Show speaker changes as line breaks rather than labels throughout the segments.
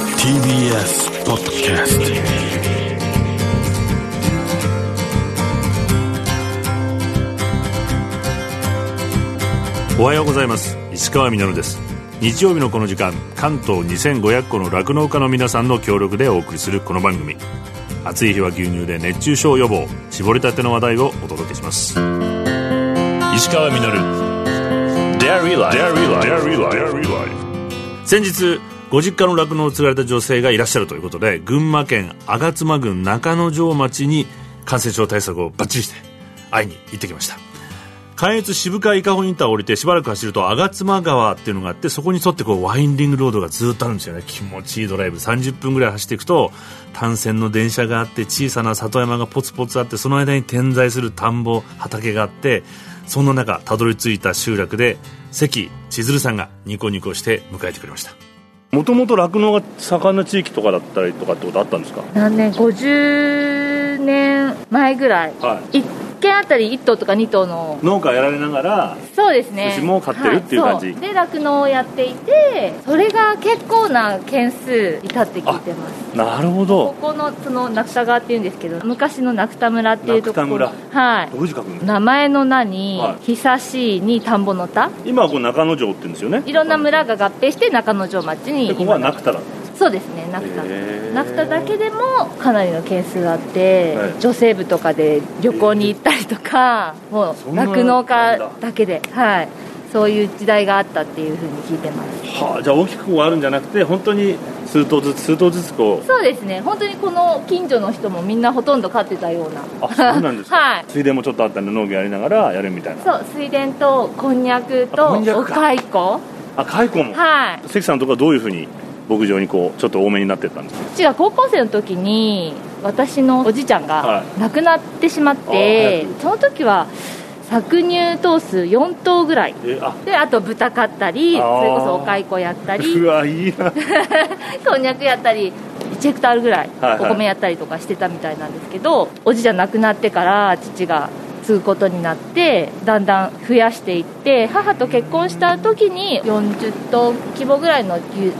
TBS ポッドキャスト
おはようございます石川みのるです日曜日のこの時間関東2500個の酪農家の皆さんの協力でお送りするこの番組暑い日は牛乳で熱中症予防絞りたての話題をお届けします石川みのる Dairy Life先日ご実家の酪農を継がれた女性がいらっしゃるということで群馬県吾妻郡中之条町に感染症対策をバッチリして会いに行ってきました関越渋川伊香保インターを降りてしばらく走ると吾妻川っていうのがあってそこに沿ってこうワインディングロードがずっとあるんですよね気持ちいいドライブ30分ぐらい走っていくと単線の電車があって小さな里山がポツポツあってその間に点在する田んぼ畑があってそんな中たどり着いた集落で関千鶴さんがニコニコして迎えてくれました
もともと酪農が盛んな地域とかだったりとかってことあったんですか
何年50年前ぐらい、
は
1軒あたり1頭とか2頭の
農家やられながら
そうですね
牛も飼ってるっていう感じ
はいそで酪農をやっていてそれが結構な件数いたって聞いてます
なるほ
こ
ど
このその名蓋川っていうんですけど昔の名蓋村っていうところ
名蓋
はい
どういう字書くの
名前の名に、
はい
久しいに田んぼの田
今はこう中之条って言うんですよね
いろんな村が合併して中之条町に
でここは中田だっ
そうですね、ナフタ。
へー
ナフタだけでもかなりの件数があって、
はい
女性部とかで旅行に行ったりとか、も
そん
う
な
酪農家だけで、はい、そういう時代があったっていうふうに聞いてます。
たはあじゃあ大きくこうあるんじゃなくて本当に数頭ずつ数頭ずつこう
そうですね、本当にこの近所の人もみんなほとんど飼ってたような。
あそうなんですか、
はい
水田もちょっとあったんで農業やりながらやるみたいな
そう、水田とこんにゃく
あ
と
こんにゃ
お
くか
蚕こ。
あ蚕も、
はい。
関さんとかどういうふうに牧場にこうちょっと多めになってったんですか
父が高校生の時に私のおじいちゃん
は
が亡くなってしまって、
あー
その時は搾乳頭数4頭ぐらい
えあ
であと豚買ったりそ
あ
れ
ー
こそお蚕やった
う
り
わいいな
こんにゃくやったり1ヘクタールぐらい
はいはい
お米やったりとかしてたみたいなんですけど、おじいちゃん亡くなってから父が継ぐことになってだんだん増やしていって母と結婚した時に40頭規模ぐらいの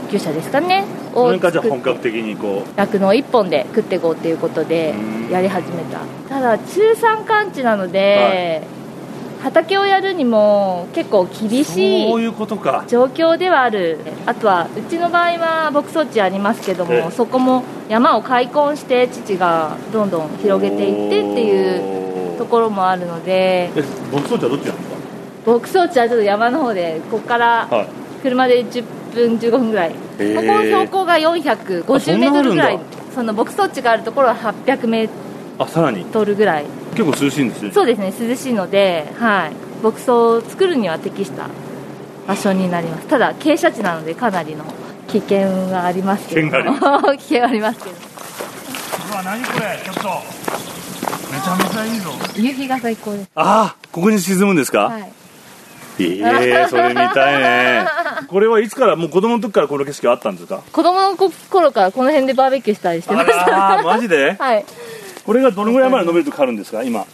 牛牛舎ですかね
そ
を
れ
作
か
っ
じゃあ本
て
格的にこ
酪農一本で食っていこうっていうことで
うん
やり始めたただ中山間地なので、畑をやるにも結構厳
う
し
そう
い
いうことか
状況ではあるあとはうちの場合は牧草地ありますけど
ええ
もそこも山を開墾して父がどんどん広げていってっていう
う
ところもあるので
え牧草地はどっちなんですか
牧草地はちょっと山の方でここから
はい
車で10分15分ぐらい、
へー
ここ標高が4 5
あそ
0
ん
メ
な
ー
あ
トル
るん
ぐ
だ
らいその牧草地があるところは800メー
あさらに
トルぐらい
結構涼しいんですね
そうですね涼しいので、はい、牧草を作るには適した場所になりますただ傾斜地なのでかなりの危険がありますけど
危険
危険はありますけど
うわ何これちょっとめちゃめちゃいいぞ
夕日が最高です
ああここに沈むんですか、
はい
ええそれ見たいねこれはいつからもう子供の時からこの景色はあったんですか
子供の頃からこの辺でバーベキューしたりしてました
あらマジで
はい
これがどのぐらいまで伸びるとかあるんですか今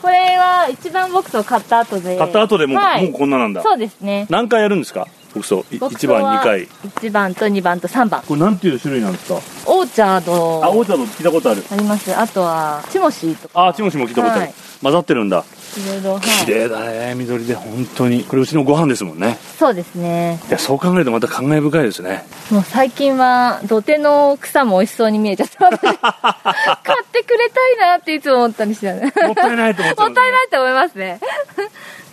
これは一番牧草を買った後で
買った後でもう,、
はい
もうこんななんだ
そうですね
何回やるんですか牧草い
牧
1
草は
番2回
1番と2番と3番
これなんていう種類なんですか
オーチャード
あオーチャード聞いたことある
ありますあとはチモシーとか
ああチモシも聞いたことある、
はい
混ざってるんだ
いろいろ、はい、
綺麗だね緑で本当にこれうちのご飯ですもんね
そうですね
いやそう考えるとまた感慨深いですね
もう最近は土手の草も美味しそうに見えちゃってます 買ってくれたいなっていつも思ったりしてたね
もったいないと思っちゃ
も
う
っ
んだ
たい
ね
ないと思いますね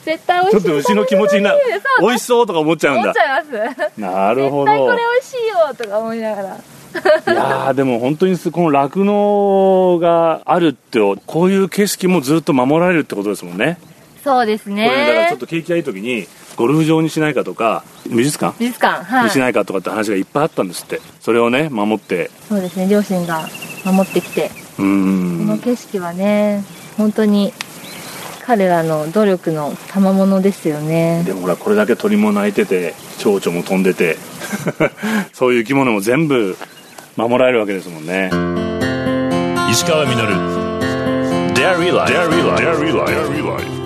絶対
ち
美
ょ
味
っ
しい
と牛の気持ちになる
そうそう
美味しそうとか思っちゃうん
思
だ
っちゃいます絶対
なるほ
こ
ど
れ美味しいよとか思いながら
いやーでも本当にすこの酪農があるってこういう景色もずっと守られるってことですもんね、
そうです
これだから
ね
ちょっと景気がいい時にゴルフ場にしないかとか美術館
美術館は
に
い
しないかとかって話がいっぱいあったんですってそれをね守って
そうですね両親が守ってきて
うー
この
ん
景色はね本当に彼らの努力の賜物ですよね
でもほらこれだけ鳥も鳴いてて蝶々も飛んでて そういう生き物も全部守られるわけですもんね
石川みのる Dairy Life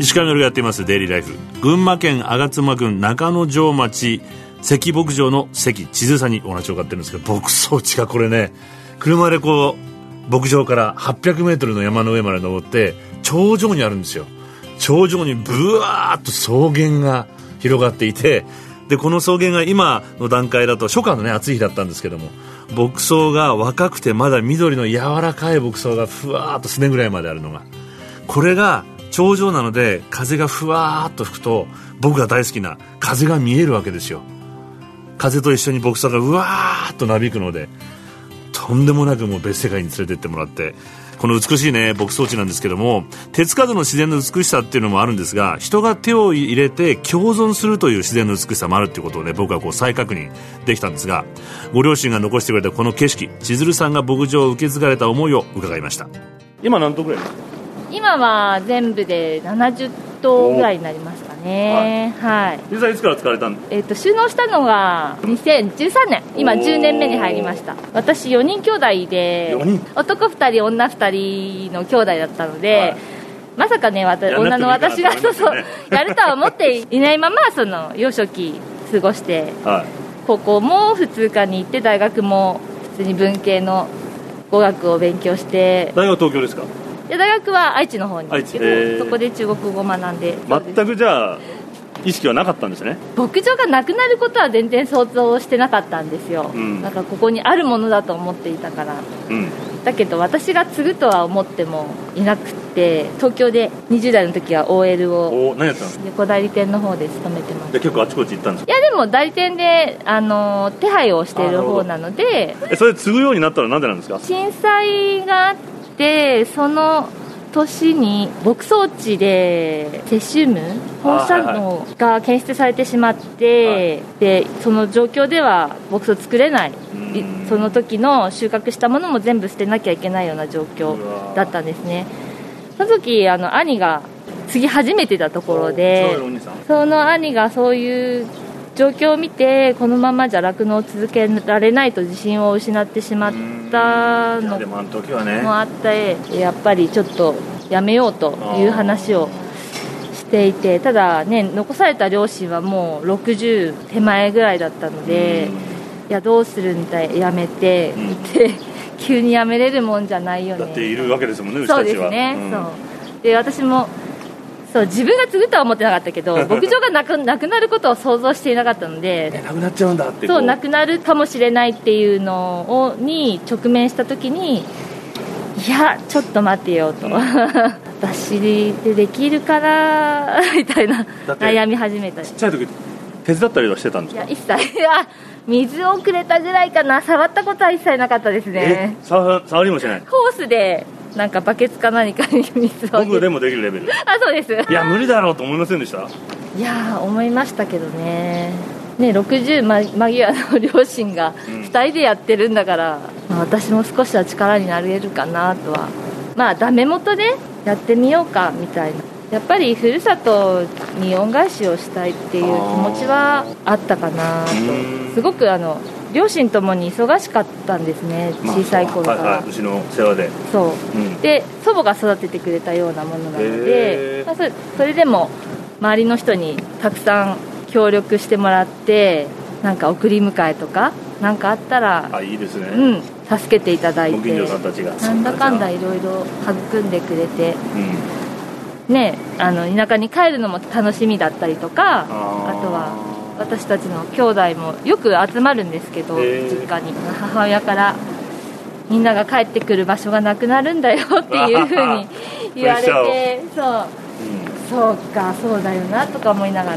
石川みのるがやっていますデイリーライフ群馬県吾妻郡中之条町関牧場の関千鶴さんにお話を伺ってるんですけど牧草地がこれね車でこう牧場から8 0 0ルの山の上まで登って頂上にあるんですよ頂上にブワーッと草原が広がっていてでこの草原が今の段階だと初夏のね暑い日だったんですけども牧草が若くてまだ緑の柔らかい牧草がふわーっとすねぐらいまであるのがこれが頂上なので風がふわーっと吹くと僕が大好きな風が見えるわけですよ風と一緒に牧草がうわーっとなびくのでとんでもなくもう別世界に連れてってもらってこの美しいね牧草地なんですけども手つかずの自然の美しさっていうのもあるんですが人が手を入れて共存するという自然の美しさもあるっていうことをね僕はこう再確認できたんですがご両親が残してくれたこの景色千鶴さんが牧場を受け継がれた思いを伺いました
今何頭ぐらいですか
今は全部で70頭ぐらいになりますかねはい、
実際いつから疲れたん
えっと収納したのが2013年今
おー
10年目に入りました私4人兄弟で
4人
男2人女2人の兄弟だったので、
はい
まさかねわた
や
女の
なくて
私
もいいか
が
なと
そうそ
思
う
いますよね
やるとは思っていないままその幼少期過ごして
はい
高校も普通科に行って大学も普通に文系の語学を勉強して
大学は東京ですか
で大学は愛知の方に
愛
です
知
けど、
へー
そこで中国語を学んで
全くじゃあ意識はなかったんですね
牧場がなくなることは全然想像してなかったんですよ、
うん
なんかここにあるものだと思っていたから
うん
だけど私が継ぐとは思ってもいなくって東京で20代の時は OL を
お何やったんですか
横代理店の方で勤めてまし
じ
た
ゃあ結構あちこち行ったんですか
いやでも代理店で、あの手配をしている方なので
えそれ継ぐようになったらなんでなんですか
震災があってその年に牧草地でセシウム放射能が検出されてしまって、でその状況では牧草作れないい
うん
その時の収穫したものも全部捨てなきゃいけないような状
う
況
わー
だったんですねその時あの兄が継ぎ始めてたところで
お強いお兄さん
その兄がそういう状況を見てこのままじゃ酪農を続けられないと自信を失ってしまった
いや
の
でもあの時はね
もあってやっぱりちょっとやめようという話をしていてただね残された両親はもう60手前ぐらいだったのでいやどうするんだやめ
ん
てって急にやめれるもんじゃないよ
だ
ね
っているわけですもんねうち
そう
た
で
ち
す
は
ね、
うん
そうで私もそう自分が継ぐとは思ってなかったけど牧場がなくなくなることを想像していなかったの
え
で
なくなっちゃうんだってこ
そうなくなるかもしれないっていうのをに直面した時にいやちょっと待てよ と私でできるからみたいな
だって
悩み始めたり
ちっちゃい時手伝ったりはしてたんで
い
す
や
か
一切い や水をくれたぐらいかな触ったことは一切なかったです
え
ね
触触りもしない
ホースでなんかバケツか何かに水を
僕でもできるレベル
あそうです
いや無理だろうと思いませんでした
いやー思いましたけどねね60ま間際の両親が
うん
2人でやってるんだから、まあ私も少しは力になれるかなとはまあダメ元でやってみようかみたいなやっぱりふるさとに恩返しをしたいっていう気持ちはあったかなと
うん
すごくあの両親ともに忙しかったんですね
まあ
小さい頃か
はい
ら
はいうちの世話で
そう
うん
で祖母が育ててくれたようなものなの
へー
で、まあ、それそれでも周りの人にたくさん協力してもらってなんか送り迎えとかなんかあったら、
あいいですね
うん、助けていただい
ご近
て
所さんたちが
なんだかんだ
う
いろいろ育んでくれて、
ん
ね、あの田舎に帰るのも楽しみだったりとかあ
あー
とは私たちの兄弟もよく集まるんですけど
へー
実家に母親からみんなが帰ってくる場所がなくなるんだよっていうふうに言わ れ
プレッ
てそうそうかそうだよなとか思いながら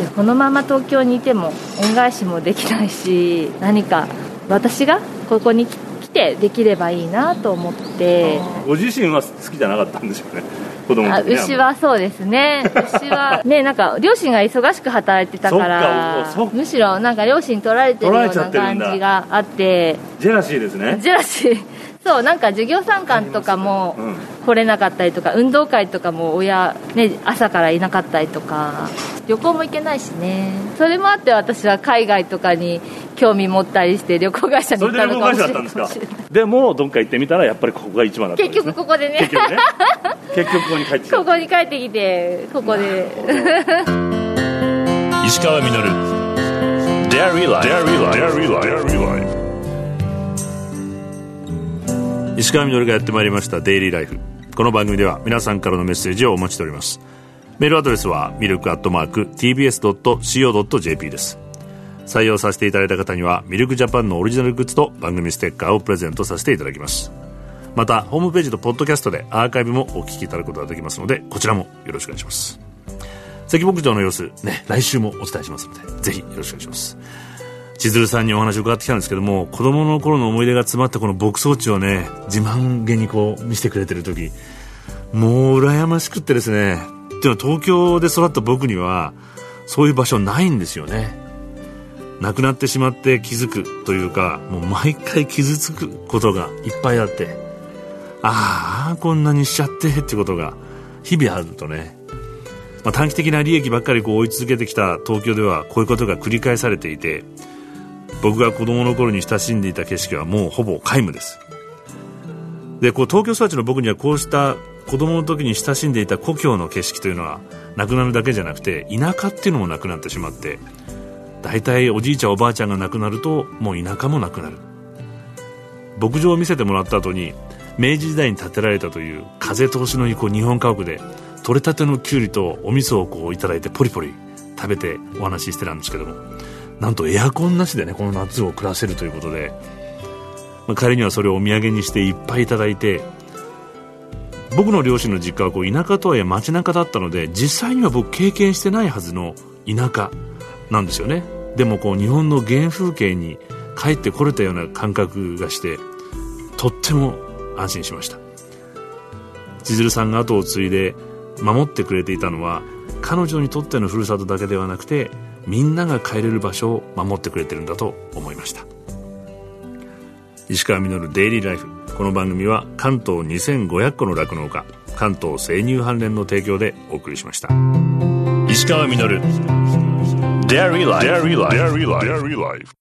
いやこのまま東京にいても恩返しもできないし何か私がここに来来てできればいいなと思って。
うんご自身は好きじゃなかったんですよね 子供の
あ
時ね
牛はそうですね 牛はねなんか両親が忙しく働いてたか
そっ
ら
かおそっ
むしろなんか両親取られてるような
取られちゃってる
感
んだ
じがあって
ジェラシーですね
ジェラシー そうなんか授業参観とかも
うん
来れなかったりとか運動会とかも親ね朝からいなかったりとか旅行も行けないしねそれもあって私は海外とかに興味持ったりして旅行会社に
そ
行
れ
っ
で
た
旅
の
行
かも
会
し
社だ
れ
っ
な
た
い
んですかでもどっか行ってみたらやっぱりここが一番だったん
結
ですね
局ここでね
結局ね結局ここに帰ってきた
ここに帰ってきてここで
石川稔 Dairy Life 石川みのるがやってまいりました「デイリーライフ」この番組では皆さんからのメッセージをお待ちしておりますメールアドレスはミルクアットマーク TBS.CO.JP です採用させていただいた方にはミルクジャパンのオリジナルグッズと番組ステッカーをプレゼントさせていただきますまたホームページとポッドキャストでアーカイブもお聞きいただくことができますのでこちらもよろしくお願いします関牧場の様子ね来週もお伝えしますのでぜひよろしくお願いします千鶴さんにお話を伺ってきたんですけども子供の頃の思い出が詰まったこの牧草地をね自慢げにこう見せてくれてる時もう羨ましくってですねっていうのは東京で育った僕にはそういう場所ないんですよね亡くなってしまって気づくというかもう毎回傷つくことがいっぱいあってああこんなにしちゃってってことが日々あるとねまあ、短期的な利益ばっかりこう追い続けてきた東京ではこういうことが繰り返されていて僕が子供の頃に親しんでいた景色はもうほぼ皆無ですでこう東京育ちの僕にはこうした子供の時に親しんでいた故郷の景色というのはなくなるだけじゃなくて田舎っていうのもなくなってしまって大体おじいちゃんおばあちゃんが亡くなるともう田舎もなくなる牧場を見せてもらった後に明治時代に建てられたという風通しのいいこう日本家屋で取れたてのきゅうりとお味噌をこういただいてポリポリ食べてお話ししてたんですけどもなんとエアコンなしでねこの夏を暮らせるということで、まあ、彼にはそれをお土産にしていっぱいいただいて僕の両親の実家はこう田舎とはいえ街中だったので実際には僕経験してないはずの田舎なんですよねでもこう日本の原風景に帰ってこれたような感覚がしてとっても安心しました千鶴さんが後を継いで守ってくれていたのは彼女にとってのふるさとだけではなくてみんなが帰れる場所を守ってくれてるんだと思いました石川稔デイリーライフこの番組は関東2500個の酪農家関東生乳関連の提供でお送りしました石川稔
Dairy Life. Dairy Life. Dairy Life.